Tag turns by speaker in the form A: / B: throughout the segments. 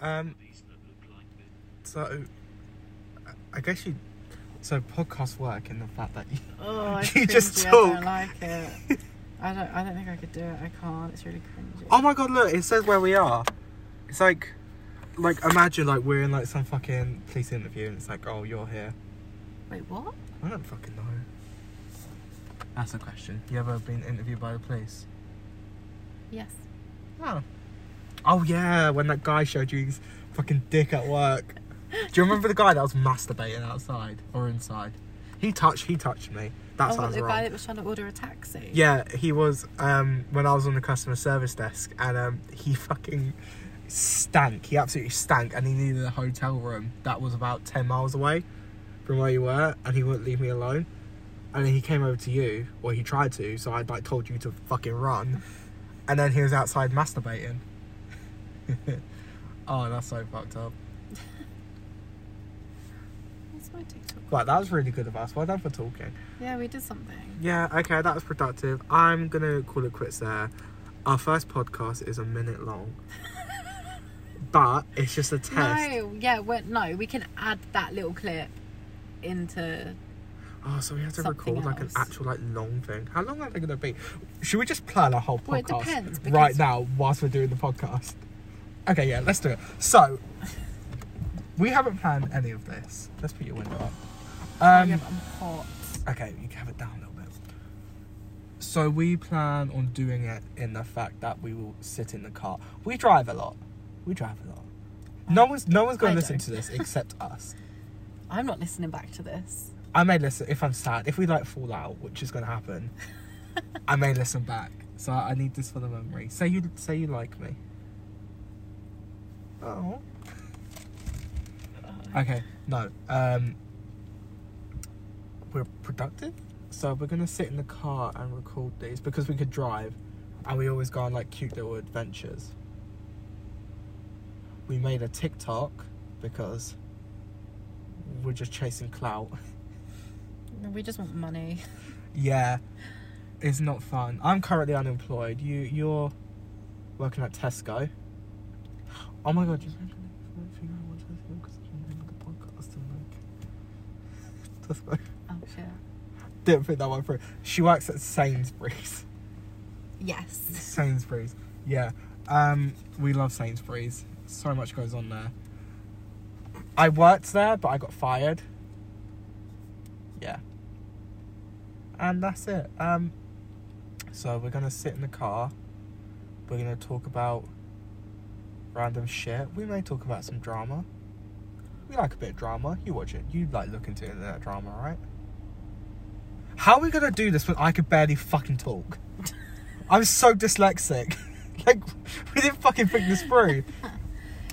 A: Um, so, I- I guess you. So podcasts work in the fact that you.
B: Oh, I
A: You just
B: cringy, I
A: talk.
B: don't like it. I don't. I don't think I could do it. I can't. It's really cringy.
A: Oh my god! Look, it says where we are. It's like, like imagine like we're in like some fucking police interview and it's like, oh, you're here.
B: Wait, what?
A: I don't fucking know. That's a question. You ever been interviewed by the police?
B: Yes.
A: Oh. Oh yeah, when that guy showed you his fucking dick at work. Do you remember the guy that was masturbating outside or inside? He touched. He touched me. That
B: oh, what,
A: sounds
B: the
A: wrong.
B: guy that was trying to order a taxi.
A: Yeah, he was um, when I was on the customer service desk, and um, he fucking stank. He absolutely stank, and he needed a hotel room that was about ten miles away from where you were, and he wouldn't leave me alone. And then he came over to you, or he tried to. So I like told you to fucking run, and then he was outside masturbating. oh, that's so fucked up.
B: That's my TikTok.
A: Right, that was really good of us. Well done for talking.
B: Yeah, we did something.
A: Yeah, okay, that was productive. I'm gonna call it quits there. Our first podcast is a minute long, but it's just a test.
B: No, yeah, we no, we can add that little clip into.
A: Oh, so we have to
B: Something
A: record like an
B: else.
A: actual like long thing. How long are they gonna be? Should we just plan a whole podcast
B: Well, it depends,
A: right
B: because-
A: now whilst we're doing the podcast? Okay, yeah, let's do it. So we haven't planned any of this. Let's put your window up.
B: Oh,
A: Um,
B: yeah, but I'm hot.
A: Okay, you can have it down a little bit. So we plan on doing it in the fact that we will sit in the car. We drive a lot. We drive a lot. No one's no one's gonna
B: I
A: listen
B: don't.
A: to this except us.
B: I'm not listening back to this.
A: I may listen if I'm sad. If we like fall out, which is gonna happen, I may listen back. So I need this for the memory. Say you say you like me. Oh. Okay. No. Um. We're productive, so we're gonna sit in the car and record these because we could drive, and we always go on like cute little adventures. We made a TikTok because we're just chasing clout.
B: We just want money.
A: Yeah, it's not fun. I'm currently unemployed. You you're working at Tesco. Oh my god! You mentioned it. I don't think I want Tesco 'cause I don't remember the podcast and, like, Tesco.
B: Oh shit.
A: Didn't think that one through. She works at Sainsbury's.
B: Yes.
A: Sainsbury's. Yeah. Um, we love Sainsbury's. So much goes on there. I worked there, but I got fired. Yeah. And that's it. Um, so we're gonna sit in the car. We're gonna talk about random shit. We may talk about some drama. We like a bit of drama. You watch it. You like look into internet drama, right? How are we gonna do this when I could barely fucking talk? I'm so dyslexic. like, we didn't fucking think this through.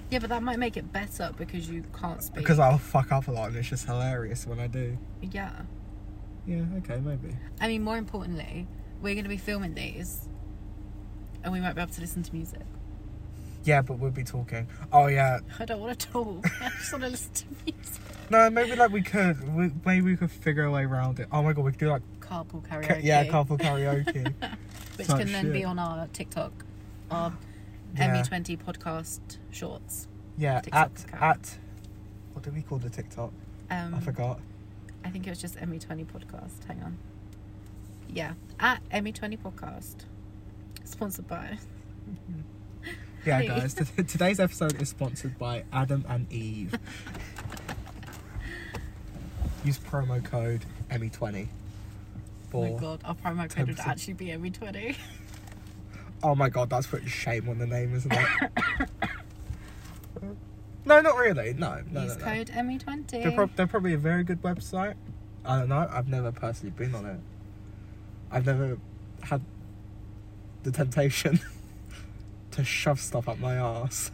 B: Yeah, but that might make it better because you can't speak.
A: Because I'll fuck up a lot and it's just hilarious when I do.
B: Yeah.
A: Yeah, okay, maybe.
B: I mean, more importantly, we're going to be filming these, and we might be able to listen to music.
A: Yeah, but we'll be talking. Oh, yeah.
B: I don't want to talk. I just want to listen to music.
A: No, maybe like we could. We, maybe we could figure a way around it. Oh my god, we could do like.
B: Carpool
A: ca-
B: karaoke.
A: yeah, carpool karaoke.
B: Which
A: type
B: can then be
A: shit.
B: on our TikTok, our
A: Yeah.
B: ME20 podcast shorts.
A: yeah,
B: TikTok
A: at.
B: account.
A: at What do we call the TikTok?
B: Um,
A: I forgot.
B: I think it was just ME20 podcast. Hang on. Yeah, at ME20 podcast. Sponsored by.
A: Yeah,
B: hey.
A: guys, t- today's episode is sponsored by Adam and Eve. Use promo code ME20
B: Oh
A: for.
B: my god, our promo code would
A: 10%.
B: actually be E ME20.
A: Oh my god, that's putting shame on the name, isn't it? no, not really. No, no,
B: Use
A: no. no.
B: code E ME20.
A: They're, prob- they're probably a very good website. I don't know. I've never personally been on it. I've never had the temptation to shove stuff up my ass.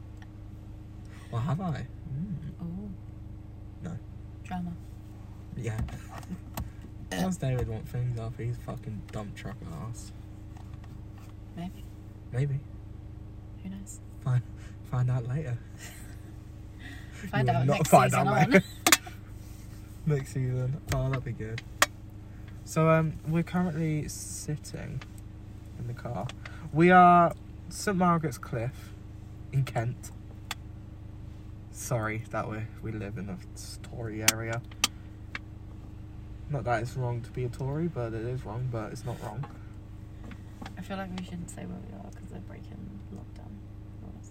A: well, have I? Mm,
B: Ooh.
A: No.
B: Drama.
A: yeah. How's David want things up? He's fucking dump truck ass.
B: Maybe.
A: Maybe.
B: Who knows?
A: Find find out later.
B: Find
A: will
B: out
A: not
B: next
A: find
B: season
A: out,
B: on.
A: mate. next season. Oh, that'd be good. So um, we're currently sitting in the car. We are St Margaret's Cliff. in Kent. Sorry that we we live in a Tory area. Not that it's wrong to be a Tory, but it is wrong. But it's not wrong.
B: I feel like we shouldn't say where we are because they're breaking lockdown rules.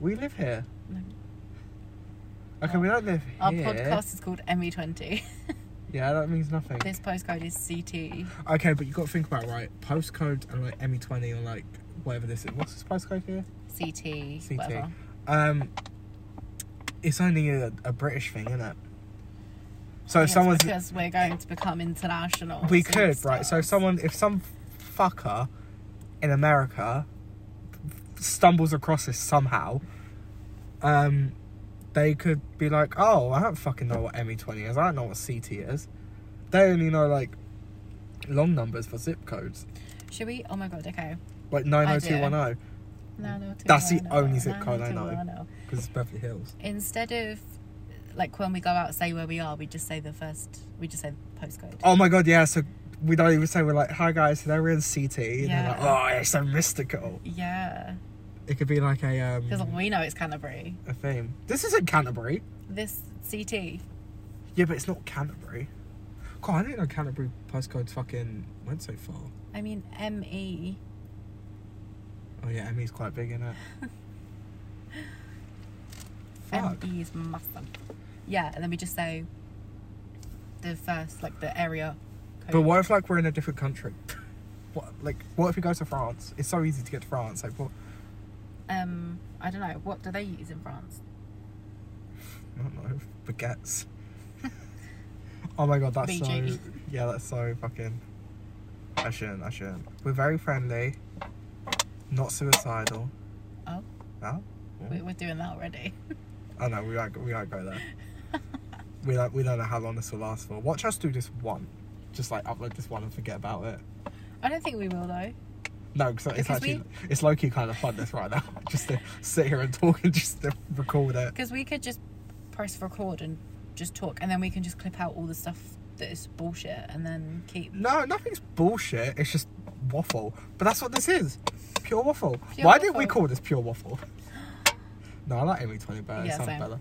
A: We live here.
B: No.
A: Okay, we don't live here.
B: Our podcast is called ME20.
A: Yeah, that means nothing.
B: this postcode is CT.
A: Okay, but you got to think about right postcode and like ME twenty or like whatever this is. What's this postcode here?
B: CT,
A: CT.
B: whatever.
A: Um, it's only a, a British thing, isn't it? So if
B: Yes,
A: someone's
B: because we're going to become international.
A: we could right. So
B: superstars.
A: if someone if some fucker in America stumbles across this somehow, um, they could be like, oh, I don't fucking know what ME twenty is. I don't know what CT is. They only know like long numbers for zip codes,
B: Should we? Oh my god, okay.
A: like nine zero two one oh, zero.
B: No, no, two,
A: That's the
B: no,
A: only
B: no,
A: zip
B: no,
A: code I
B: two,
A: know.
B: no, no.
A: because it's Beverly Hills.
B: Instead of like when we go out, say where we are, we just say the first. We just say the postcode.
A: Oh my god, yeah. So we don't even say we're like, hi guys, today we're in CT. And
B: Yeah.
A: they're like, oh, it's so mystical.
B: Yeah,
A: It could be like a um,
B: because we know it's Canterbury.
A: a theme. This isn't Canterbury.
B: This CT.
A: Yeah, but it's not Canterbury. God, I didn't know Canterbury postcodes fucking went so far.
B: I mean E, ME.
A: Oh yeah, ME's quite big in it. Fuck.
B: ME E is massive. Yeah, and then we just say the first, like the area. Code.
A: But what if like we're in a different country? What like what if we go to France? It's so easy to get to France. Like what?
B: Um, I don't know. What do they use in France?
A: I don't know. Baguettes. oh my god, that's so.
B: BG.
A: Yeah, that's so fucking. I shouldn't. I shouldn't. We're very friendly. Not suicidal.
B: Oh,
A: No. Hmm?
B: we, we're doing that already.
A: Oh no, we don't. We don't go there. we don't. We don't know how long this will last for. Watch us do this one. Just like upload this one and forget about it.
B: I don't think we will though.
A: No, cause it's
B: Because
A: actually it's low key kind of fun this right now. just to sit here and talk and just to record it.
B: Because we could just press record and just talk, and then we can just clip out all the stuff that is bullshit, and then keep.
A: No, nothing's bullshit. It's just waffle. But that's what this is. Pure waffle.
B: Pure
A: Why didn't we
B: waffle.
A: call this pure waffle? No, I like Amy 20 better.
B: Yeah,
A: it sounds
B: same.
A: better.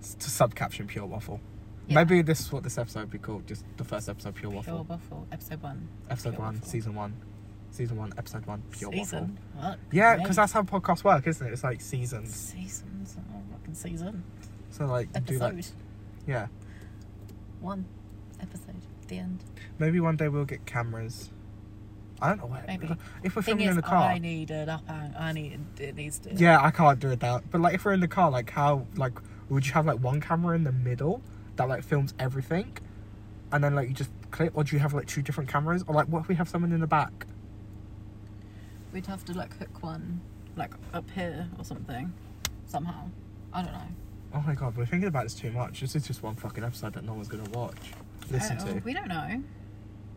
A: S- To subcaption pure waffle.
B: Yeah.
A: Maybe this is what this episode would be called. Just the first episode, pure
B: Pure
A: waffle.
B: Waffle, episode one.
A: episode
B: Pure
A: one,
B: Waffle.
A: season one. Season one, episode one, pure waffle.
B: Season. Fuck
A: Yeah,
B: me.
A: because that's how podcasts work, isn't it? It's like seasons.
B: Seasons. Oh, fucking season.
A: So like, you do
B: Episode
A: like, yeah.
B: one. Episode. The end.
A: Maybe one day we'll get cameras. I don't know where.
B: Maybe.
A: If we're
B: Thing
A: filming
B: is,
A: in the car,
B: I need an up. and- I need. It needs to.
A: Yeah, I can't do it that. But like, if we're in the car, like, how, like, would you have like one camera in the middle that like films everything, and then like you just clip, or do you have like two different cameras, or like what if we have someone in the back?
B: We'd have to like hook one, like up here or something, somehow. I don't know.
A: Oh my god, we're thinking about this too much. This is just one fucking episode that no one's gonna watch, listen
B: Uh,
A: to.
B: We don't know.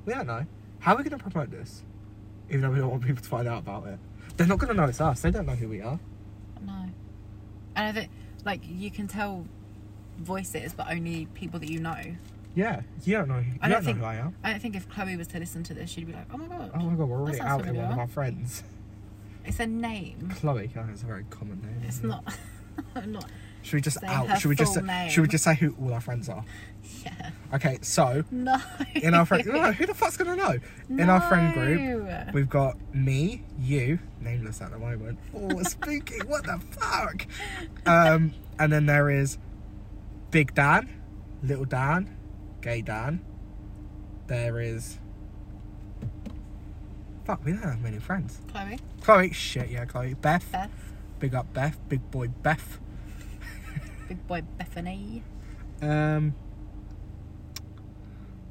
A: We don't know. How are we gonna promote this? Even though we don't want people to find out about it, they're not gonna know it's us. They don't know who we are.
B: No. And I think, like, you can tell voices, but only people that you know.
A: Yeah, you don't know. You
B: I
A: don't,
B: don't
A: know
B: think-
A: who I am.
B: I don't think if Chloe was to listen to this, she'd be like, oh my god,
A: Oh my god, we're already
B: sounds
A: out in one of
B: familiar.
A: our friends.
B: it's a name.
A: Chloe, oh, it's a very common name.
B: It's
A: isn't it?
B: not. not.
A: Should we just
B: Say
A: out?
B: her
A: Should we just
B: full
A: say,
B: name.
A: should we just say who all our friends are?
B: Yeah.
A: Okay, so
B: No.
A: in our friend, no, who the fuck's gonna know? In our friend group,
B: No.
A: we've got me, you, nameless at the moment. Oh, spooky! What the fuck? Um, and then there is Big Dan, Little Dan, Gay Dan. There is. Fuck, we don't have many friends.
B: Chloe,
A: Chloe, shit, yeah, Chloe. Beth,
B: Beth,
A: big up Beth, big boy Beth.
B: big boy Bethany.
A: Um.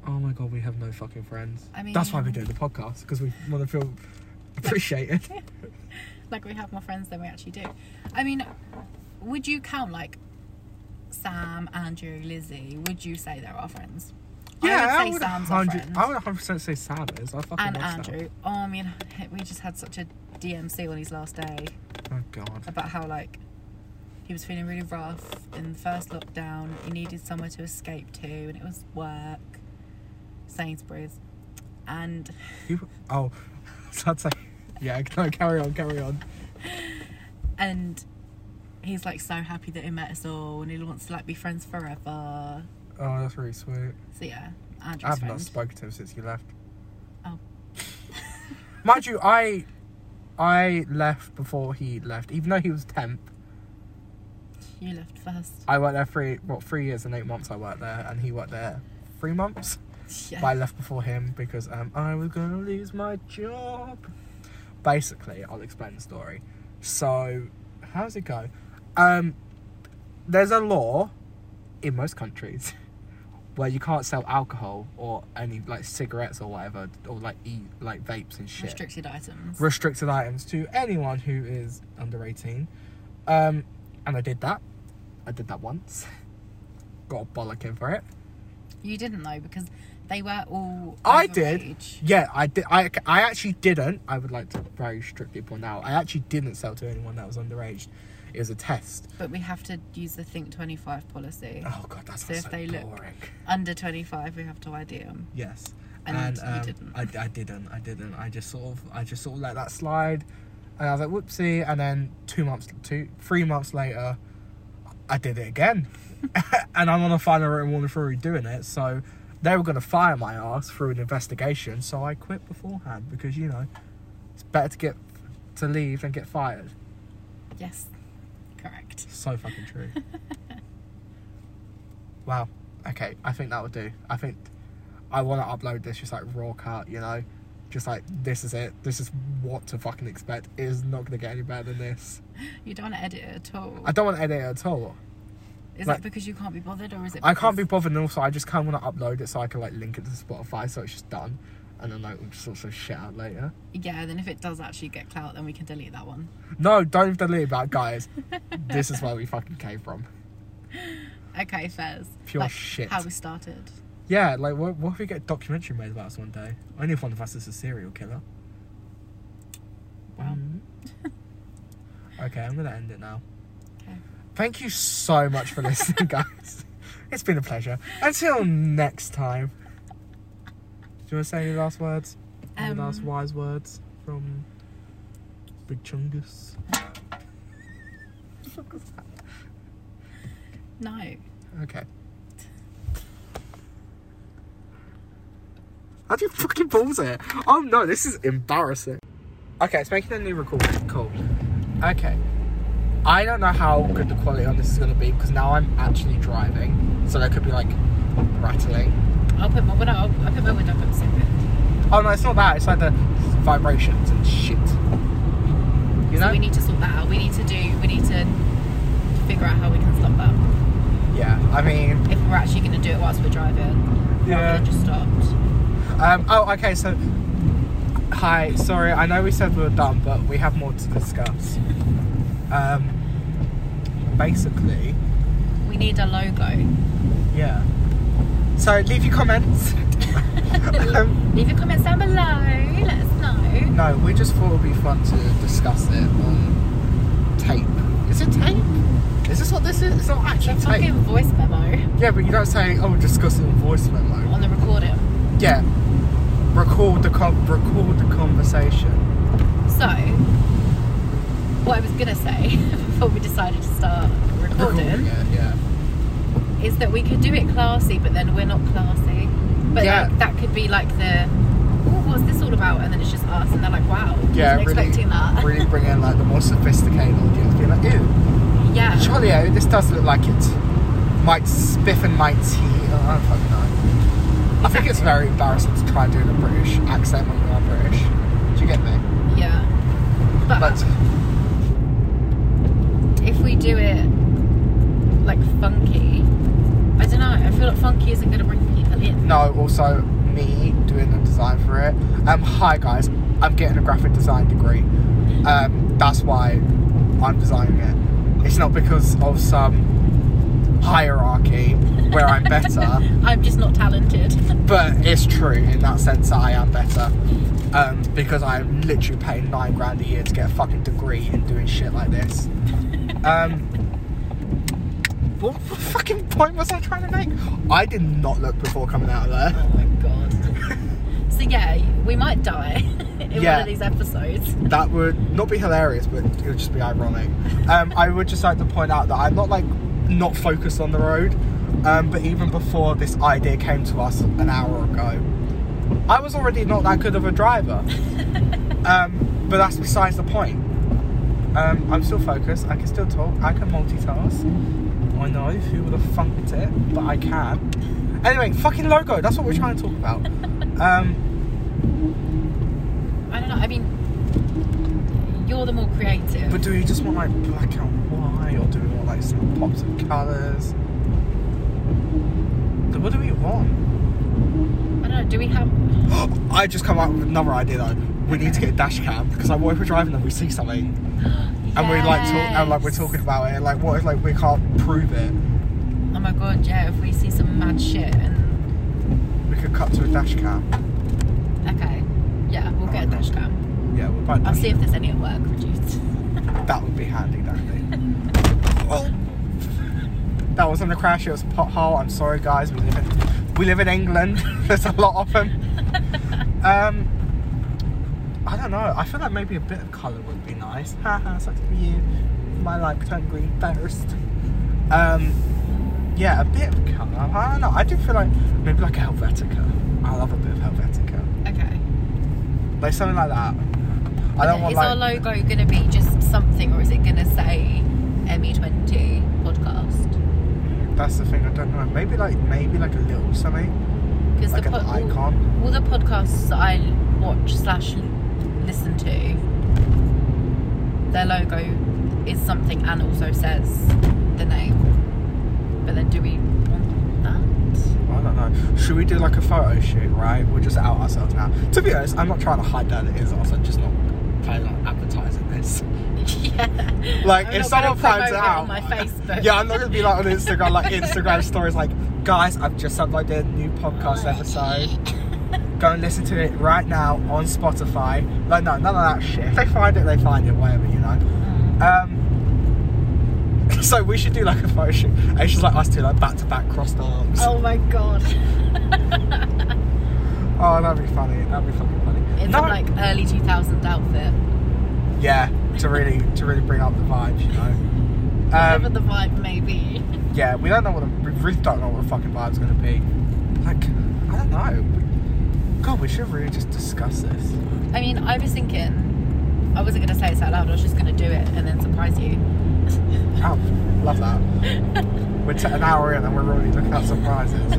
A: Oh my god, we have no fucking friends.
B: I
A: that's why we
B: mean-
A: do the podcast because we want to feel appreciated.
B: Like, we have more friends than we actually do. I mean, would you count, like, Sam, Andrew, Lizzie? Would you say they're our friends? I would say Sam's our
A: 100
B: friend.
A: I would 100% say Sam is. I fucking
B: and
A: love Sam.
B: Andrew. Oh, I mean, we just had such a DMC on his last day
A: Oh god.
B: about how like he was feeling really rough in the first lockdown. He needed somewhere to escape to, and it was work, Sainsbury's, and
A: You, oh, so I'd say. Yeah, no, carry on, carry on.
B: and he's like so happy that he met us all, and he wants to like be friends forever.
A: Oh, that's really sweet.
B: So yeah,
A: I
B: Andrew's
A: have
B: friend.
A: not spoken to him since you left.
B: Oh.
A: Mind you, I I left before he left, even though he was temp.
B: you left first.
A: I worked there three what three years and eight months. I worked there, and he worked there three months.
B: Yeah.
A: But I left before him because um, I was gonna lose my job. Basically, I'll explain the story. So, how's it go? Um, there's a law in most countries where you can't sell alcohol or any like cigarettes or whatever or like e like vapes and shit
B: Restricted items.
A: restricted items to anyone who is under 18. Um, and I did that. I did that once. Got a bollocking for it.
B: you didn't though because they were all.
A: I did.
B: overage.
A: Yeah, I did. I, I actually didn't. I would like to very strictly point out. I actually didn't sell to anyone that was underage. It was a test.
B: But we have to use the Think 25 policy.
A: Oh god, that's
B: So if
A: so
B: they
A: boring.
B: look- Under 25, we have to ID them.
A: Yes.
B: And
A: And,
B: you
A: um,
B: didn't.
A: I, I didn't. I didn't. I just sort of I just sort of let that slide, and I was like, whoopsie. And then two months, two three months later, I did it again, and I'm on a final written warning for redoing it. So they were gonna fire my ass through an investigation. So I quit beforehand because you know it's better to get to leave than get fired.
B: Yes, correct.
A: So fucking true. wow. Okay, I think that would do. I think I want to upload this just like raw cut, you know? Just like, this is it. This is what to fucking expect. It is not going to get any better than this.
B: You don't want to edit it at all.
A: I don't want to edit it at all.
B: is
A: like-
B: that because you can't be bothered or is it
A: I can't be
B: because-
A: bothered, and also I just kind of want to upload it so I can like link it to Spotify so it's just done. And then like, we'll just sort of shit out later.
B: Yeah, then if it does actually get clout, then we can delete that one.
A: No, don't delete that, guys. this is where we fucking came from.
B: Okay, fairs.
A: Pure shit.
B: How we started.
A: Yeah, like, what, what if we get a documentary made about us one day? Only if one of us is a serial killer.
B: Wow.
A: Mhm. okay, I'm gonna end it now.
B: Okay.
A: Thank you so much for listening, guys. It's been a pleasure. Until next time. Do you want to say any last words? Any
B: Um,
A: last wise words from Big Chungus?
B: No.
A: Okay. How do you fucking balls it? Oh no, this is embarrassing. Okay, it's making a new recording. Cool. Okay. I don't know how good the quality on this is gonna be because now I'm actually driving, so there could be like rattling.
B: I'll put my window up. I'll put my window up and see it.
A: Oh no, it's not that. It's like the vibrations and shit. You
B: So
A: know?
B: we need to sort that out. We need to do, we need to figure out how we can stop that.
A: yeah. I mean.
B: If we're actually going to do it whilst we're driving. Rather
A: Yeah.
B: than just stopped.
A: Um, oh, okay. So, hi. Sorry, I know we said we were done, but we have more to discuss. Um, basically,
B: We need a logo.
A: yeah. So leave your comments. um,
B: Leave your comments down below. Let us know.
A: no, we just thought it would be fun to discuss it on tape. Is it tape? Is this what this is? It's not actually
B: They're
A: tape.
B: talking voice memo
A: Yeah, but you don't say, "Oh, discuss it on voice memo."
B: on the recording.
A: Yeah. Record the con- record the conversation.
B: So, what I was gonna say before we decided to start recording
A: it. Yeah.
B: is that we could do it classy, but then we're not classy. But
A: Yeah.
B: like, that could be like the, oh, what's this all about? And then it's just us, and they're like, wow,
A: Yeah,
B: wasn't
A: really,
B: expecting that.
A: really bring in like the more sophisticated audience, being like, "Ew,
B: yeah,
A: surely oh, this does look like it might spiff and might tea." Oh, I don't fucking know. I think it's very embarrassing to try doing a British accent when you are British. Do you get me?
B: yeah. But
A: But
B: if we do it like funky, I don't know. I feel like funky isn't gonna bring people in.
A: no, also me doing the design for it. Um, hi guys, I'm getting a graphic design degree. Um, that's why I'm designing it. It's not because of some hierarchy where I'm better.
B: I'm just not talented.
A: But it's true in that sense that I am better. Um, because I'm literally paying nine grand a year to get a fucking degree in doing shit like this. Um, what, what fucking point was I trying to make? I did not look before coming out of
B: Oh
A: there.
B: my god. so yeah, we might die in one
A: Yeah.
B: of these episodes.
A: that would not be hilarious, but it would just be ironic. Um, I would just like to point out that I'm not like not focused on the road, um, but even before this idea came to us an hour ago, I was already not that good of a driver. um, but that's besides the point. Um, I'm still focused. I can still talk. I can multitask. I know who would have funked it, but I can. Anyway, fucking logo. That's what we're trying to talk about. Um,
B: I don't know. I mean, you're the more creative.
A: But do you just want like black and white, or do we want like some pops of colours? Then What do we want?
B: I don't know. Do we have?
A: I just come up with another idea though. We need to get a dash cam because like what if we're driving and we see something and we like talk and like we're
B: Yes.
A: talking about it and like what if like we can't prove it?
B: Oh my god, yeah. If we see some mad shit and
A: We could cut to a dash cam.
B: okay, yeah, we'll get a dash cam.
A: Yeah, we'll buy a
B: I'll
A: dash
B: see if
A: cam.
B: there's any at work produced.
A: That would be handy, Dandy. oh. That wasn't a crash, it was a pothole. I'm sorry guys, we live in we live in England. There's a lot of them. Um, I don't know. I feel like maybe a bit of colour would be nice. Haha, sucks for you. My life turned green first. Um, yeah, a bit of colour. I don't know. I do feel like maybe like a Helvetica. I love a bit of Helvetica.
B: okay.
A: Like something like that. I don't
B: Okay,
A: want
B: is
A: like.
B: our logo going to be just something, or is it going to say ME20 podcast?
A: That's the thing. I don't know. Maybe like maybe like a little something.
B: Because
A: Like an icon?
B: all, all the podcasts that I watch slash listen to, their logo is something and also says the name. But then, do we want that?
A: I don't know. Should we do like a photo shoot? Right? We'll just out ourselves now. To be honest, I'm not trying to hide that it is us. I'm just not planning on advertising this.
B: yeah.
A: Like
B: I'm
A: if
B: not
A: someone
B: gonna
A: finds
B: promote it
A: out
B: on my Facebook,
A: Yeah, I'm not gonna be like on Instagram like Instagram stories like guys, I've just uploaded a new podcast episode. Go and listen to it right now on Spotify. Like no, none of that shit. If they find it, they find it, whatever, you know. Um so we should do like a photo shoot. And it's just like us two like back to back crossed arms. Oh.
B: Oh my god.
A: Oh, that'd be funny. That'd be fucking funny.
B: It's
A: No, Um,
B: a, like early 2000s outfit.
A: Yeah, to really to really bring up the vibes, you know. Um,
B: Whatever the vibe may be.
A: yeah, we don't know what the, we really don't know what the fucking vibe's gonna be. Like, I don't know. God, we should really just discuss this.
B: I mean, I was thinking, I wasn't going to say this out loud, I was just going to do it and then surprise you.
A: Oh, love that. We're t- an hour in and we're already looking at surprises.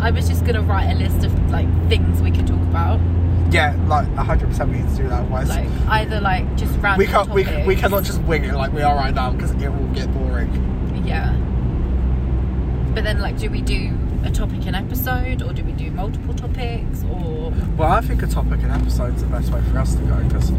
B: I was just going to write a list of like things we could talk about.
A: yeah, like 100% we need to do that. Otherwise,
B: Like, either like just random.
A: we can't. We,
B: topics.
A: we cannot just wing it like we are right now because it will get boring.
B: Yeah. But then, like, do we do a topic an episode or do we do multiple topics or.
A: Well, I think a topic and episode's the best way for us to go because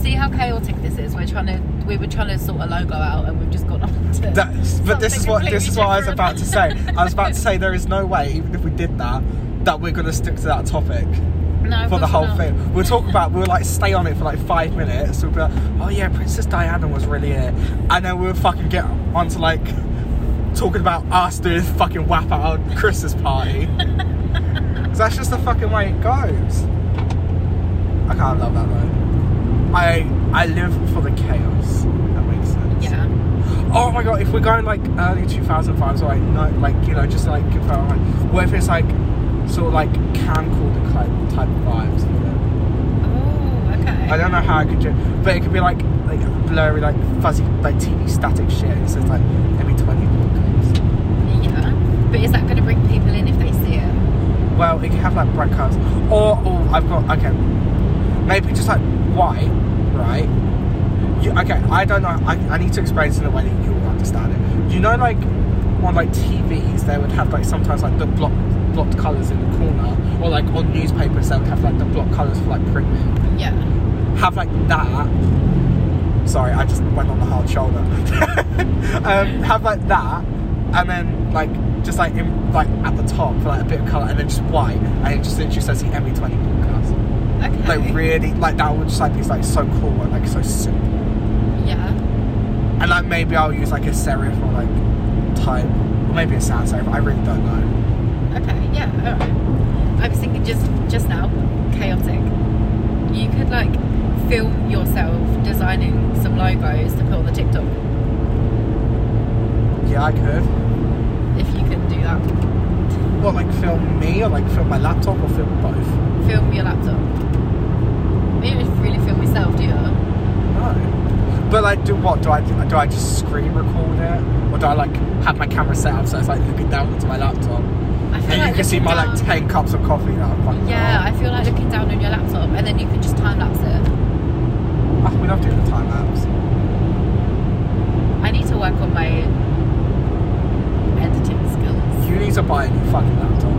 B: See how chaotic this is? We're trying to. We were trying to sort a logo out and we've just gone on to.
A: That's, but this is
B: something
A: what this
B: completely
A: is what I was
B: different.
A: about to say. I was about to say there is no way, even if we did that, that we're going to stick to that topic
B: No, of
A: for the
B: course
A: whole
B: not.
A: thing. We'll talk about we'll like stay on it for like five minutes. We'll be like, oh yeah, Princess Diana was really it, and then we'll fucking get onto like talking about us doing fucking whap out our Christmas party. 'Cause that's just the fucking way it goes. I can't love that though. I I live for the chaos. if That makes sense.
B: Yeah.
A: Oh my god, if we're going like early 2005s, like, no, like, you know, just like, if I- like, what if it's like, sort of like camcorder type, type vibes? you know?
B: Oh, okay.
A: I don't know how I could do but it could be like, like blurry, like fuzzy, like TV static shit. It says like every 20 podcasts.
B: Yeah. But is that going to bring people in if they see it?
A: Well, it could have like bright colours. Or, oh, I've got, okay, maybe just like white, right? You, okay, I don't know, I, I need to explain this in a way that you'll understand it. You know, like, on like TVs, they would have like sometimes like the block blocked colours in the corner, or like on newspapers, they would have like the blocked colours for like print.
B: Yeah.
A: Have like that. Sorry, I just went on the hard shoulder. um, have like that, and then like just like in, like at the top for like a bit of colour, and then just white, and it just literally says the ME twenty podcast.
B: Okay.
A: Like really, like that would just like be like so cool and like so simple.
B: Yeah.
A: And like maybe I'll use like a serif or like type, or maybe a sans serif. I really don't know.
B: Okay. Yeah. All right. I was thinking just just now, chaotic. You could like film yourself designing some logos to put on the TikTok
A: Yeah, I could.
B: if you can do that.
A: Well, like film me or like film my laptop or film both.
B: Film your laptop. You don't really film yourself, do you?
A: No. But like, do what? Do I do I just screen record it, or do I like have my camera set up so it's like looking down into my laptop
B: I
A: and
B: feel
A: you
B: like
A: can see
B: looking
A: my like
B: down-
A: ten cups of coffee that I'm fucking
B: Yeah, I feel like looking down on your laptop and then you can just time lapse it.
A: I, Oh, we love doing the time lapse.
B: I need to work on my editing skills.
A: You need to buy a new fucking laptop.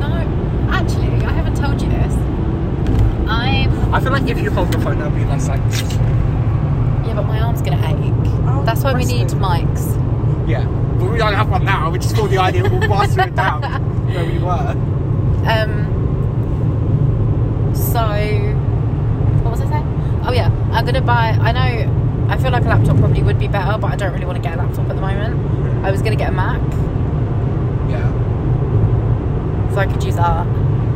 B: No, actually, I haven't told you this. I'm.
A: I feel like if you hold the phone, that'll be less like.
B: Yeah, but my arm's gonna ache.
A: Oh,
B: That's why we need
A: resting.
B: mics.
A: Yeah, but we don't have one now. We just thought the idea we'll pass it down where we were.
B: Um. So, what was I saying? Oh yeah, I'm gonna buy. I know. I feel like a laptop probably would be better, but I don't really want to get a laptop at the moment. I was gonna get a Mac,
A: Yeah.
B: so I could use that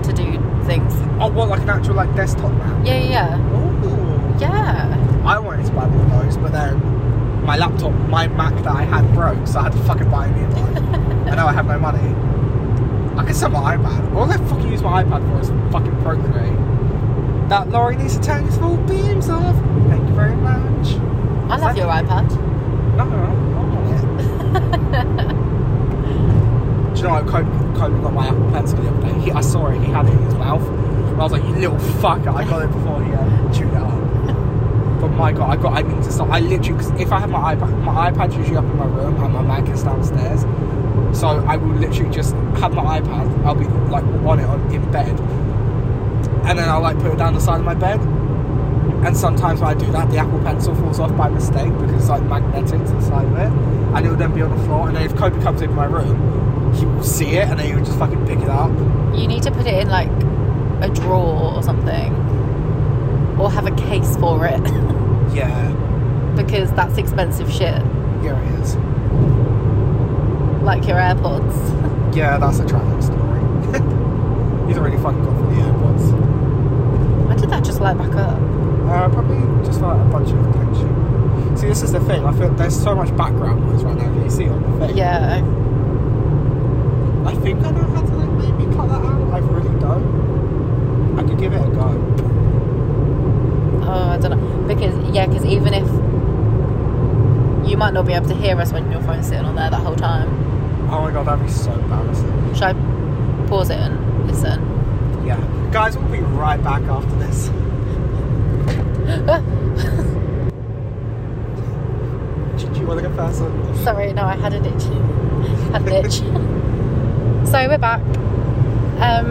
B: to do things.
A: Oh, what like an actual like desktop now?
B: Yeah, yeah,
A: Ooh.
B: yeah. yeah.
A: I wanted to buy one of those, but then my laptop, my Mac that I had broke, so I had to fucking buy a new one. and now I have no money. I can sell my iPad. All I fucking use my iPad for is fucking Procreate. That Laurie needs to turn his full beams off. Thank you very much.
B: I love your iPad.
A: No, I'm on it. Do you know what? Kobe, Kobe got my Apple Pencil the other day. He, I saw it, he had it in his mouth. And I was like, you little fucker, I got it before he uh, chewed it up. But my god, I got, I need to stop. I literally, because if I have my iPad, my iPad's usually up in my room and my Mac is downstairs. So I will literally just have my iPad, I'll be like on it on, in bed. And then I'll like put it down the side of my bed. And sometimes when I do that, the Apple Pencil falls off by mistake because it's like magnetic to the side of it, and it will then be on the floor. And then if Kobe comes into my room, he will see it, and then he will just fucking pick it up.
B: You need to put it in like a drawer or something, or have a case for it
A: Yeah,
B: because that's expensive shit,
A: here it is.
B: like your AirPods.
A: Yeah, that's a tragic story. He's already fucking gone for the AirPods.
B: When did that just light back up?
A: Uh, probably just like a bunch of attention. See, this is the thing. I feel there's so much background noise right now. Can you see it on the thing?
B: Yeah,
A: I think I know how to like maybe cut that out. I really don't. I could give it a go.
B: oh, I don't know because yeah, because even if you might not be able to hear us when your phone's sitting on there that whole time.
A: Oh my god, that'd be so embarrassing.
B: Should I pause it and listen?
A: Yeah. Guys, we'll be right back after this.
B: Ah!
A: Do you want to go first? or-
B: Sorry, no, I had an itch. Had an itch. so we're back. Um,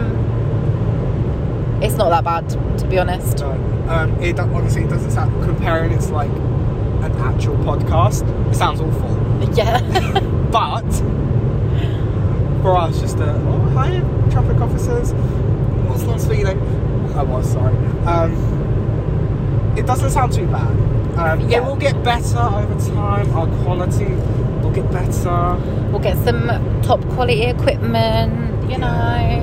B: it's not that bad, to be honest.
A: No. Um, it don't- honestly it doesn't sound comparing it to like an actual podcast. It sounds awful,
B: Yeah,
A: but for us, just a oh hi traffic officers. What's last for you know? I was sorry. Um, it doesn't sound too bad. Um,
B: Yeah.
A: It will get better over time. Our quality will get better.
B: we'll get some top quality equipment. You know,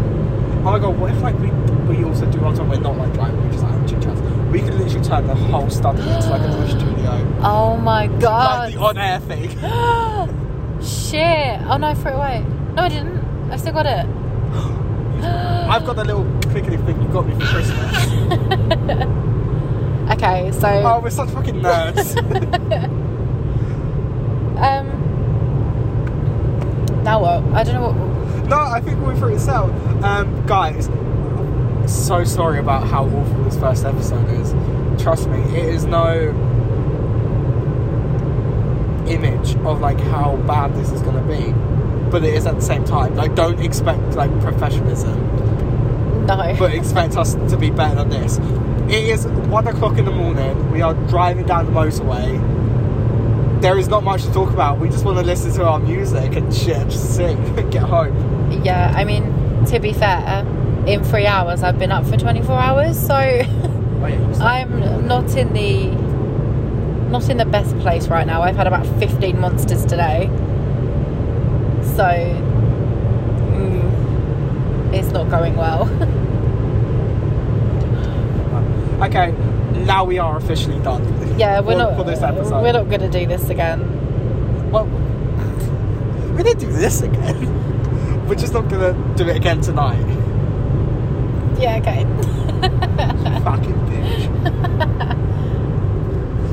A: Oh my god, what if like we we also do ones when we're not like driving, we're just like having chit chats. We could literally turn the whole study into like a little studio.
B: oh my god.
A: Like the on air thing.
B: Shit! Oh no, I threw it away. No, I didn't. I've still got it.
A: I've got the little clickety thing you got me for Christmas.
B: Okay, so
A: oh, we're such fucking nerds.
B: um, now what? I don't know what.
A: no, I think we're for itself. Um, guys, so sorry about how awful this first episode is. Trust me, it is no image of like how bad this is gonna be. But it is at the same time. Like don't expect like professionalism.
B: No.
A: but expect us to be better than this. It is one o'clock in the morning. We are driving down the motorway. There is not much to talk about. We just want to listen to our music and shit, just sing, get home.
B: yeah, I mean, to be fair, in three hours I've been up for twenty four hours, so I'm not in the not in the best place right now. I've had about fifteen monsters today, so mm, it's not going well.
A: Um, Okay, now we are officially done.
B: Yeah, we're
A: for,
B: not
A: for this episode.
B: We're not gonna do this again.
A: Well, we didn't do this again. We're just not gonna do it again tonight.
B: Yeah, okay.
A: Fucking bitch.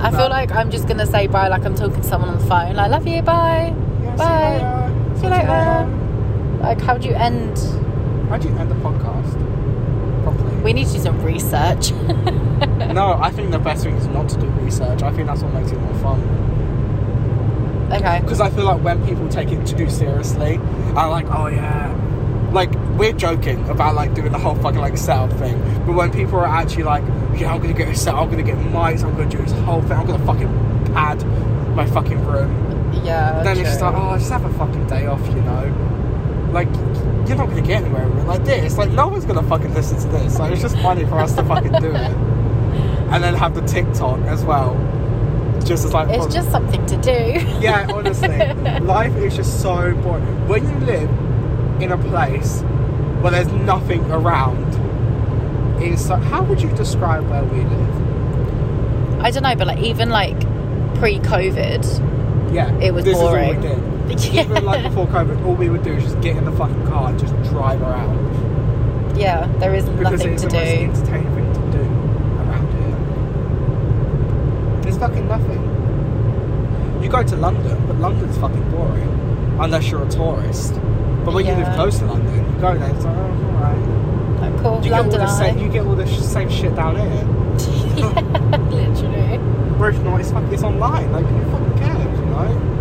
B: I
A: No.
B: feel like I'm just gonna say bye, like I'm talking to someone on the phone. Like, love you, bye.
A: Yeah,
B: Bye.
A: See you later.
B: See you later. Like, how do you end?
A: How do you end the podcast? Properly.
B: We need to do some research.
A: no, I think the best thing is not to do research. I think that's what makes it more fun.
B: okay.
A: Because I feel like when people take it too seriously, I'm like, oh yeah. Like, we're joking about like doing the whole fucking like setup thing. But when people are actually like, yeah, I'm gonna get a set, I'm gonna get mics, I'm gonna do this whole thing, I'm gonna fucking pad my fucking room.
B: Yeah.
A: then it's just
B: true.
A: like, oh, just have a fucking day off, you know? Like, you're not gonna get anywhere with it. Like this, like, no one's gonna fucking listen to this. Like, it's just funny for us to fucking do it. And then have the TikTok as well. Just as like,
B: It's
A: oh,
B: just something to do.
A: yeah, honestly, life is just so boring. When you live in a place where there's nothing around, it's like, how would you describe where we live?
B: I don't know, but like even like pre-COVID,
A: Yeah,
B: It was
A: this
B: boring.
A: Is all we did.
B: yeah,
A: Even like before COVID, all we would do is just get in the fucking car and just drive around
B: yeah, there is
A: because
B: nothing
A: it's
B: to
A: the most
B: do.
A: entertaining thing to do around here. There's fucking nothing. You go to London, but London's fucking boring unless you're a tourist. But when you live
B: Yeah.
A: close to London, you go there, it's like, oh, it's alright.
B: Like, cool,
A: You, get all
B: London
A: the same,
B: Eye.
A: you get all the sh- same shit down here.
B: yeah, literally.
A: Whereas not, it's, fuck- it's online, like, who fucking cares, you know?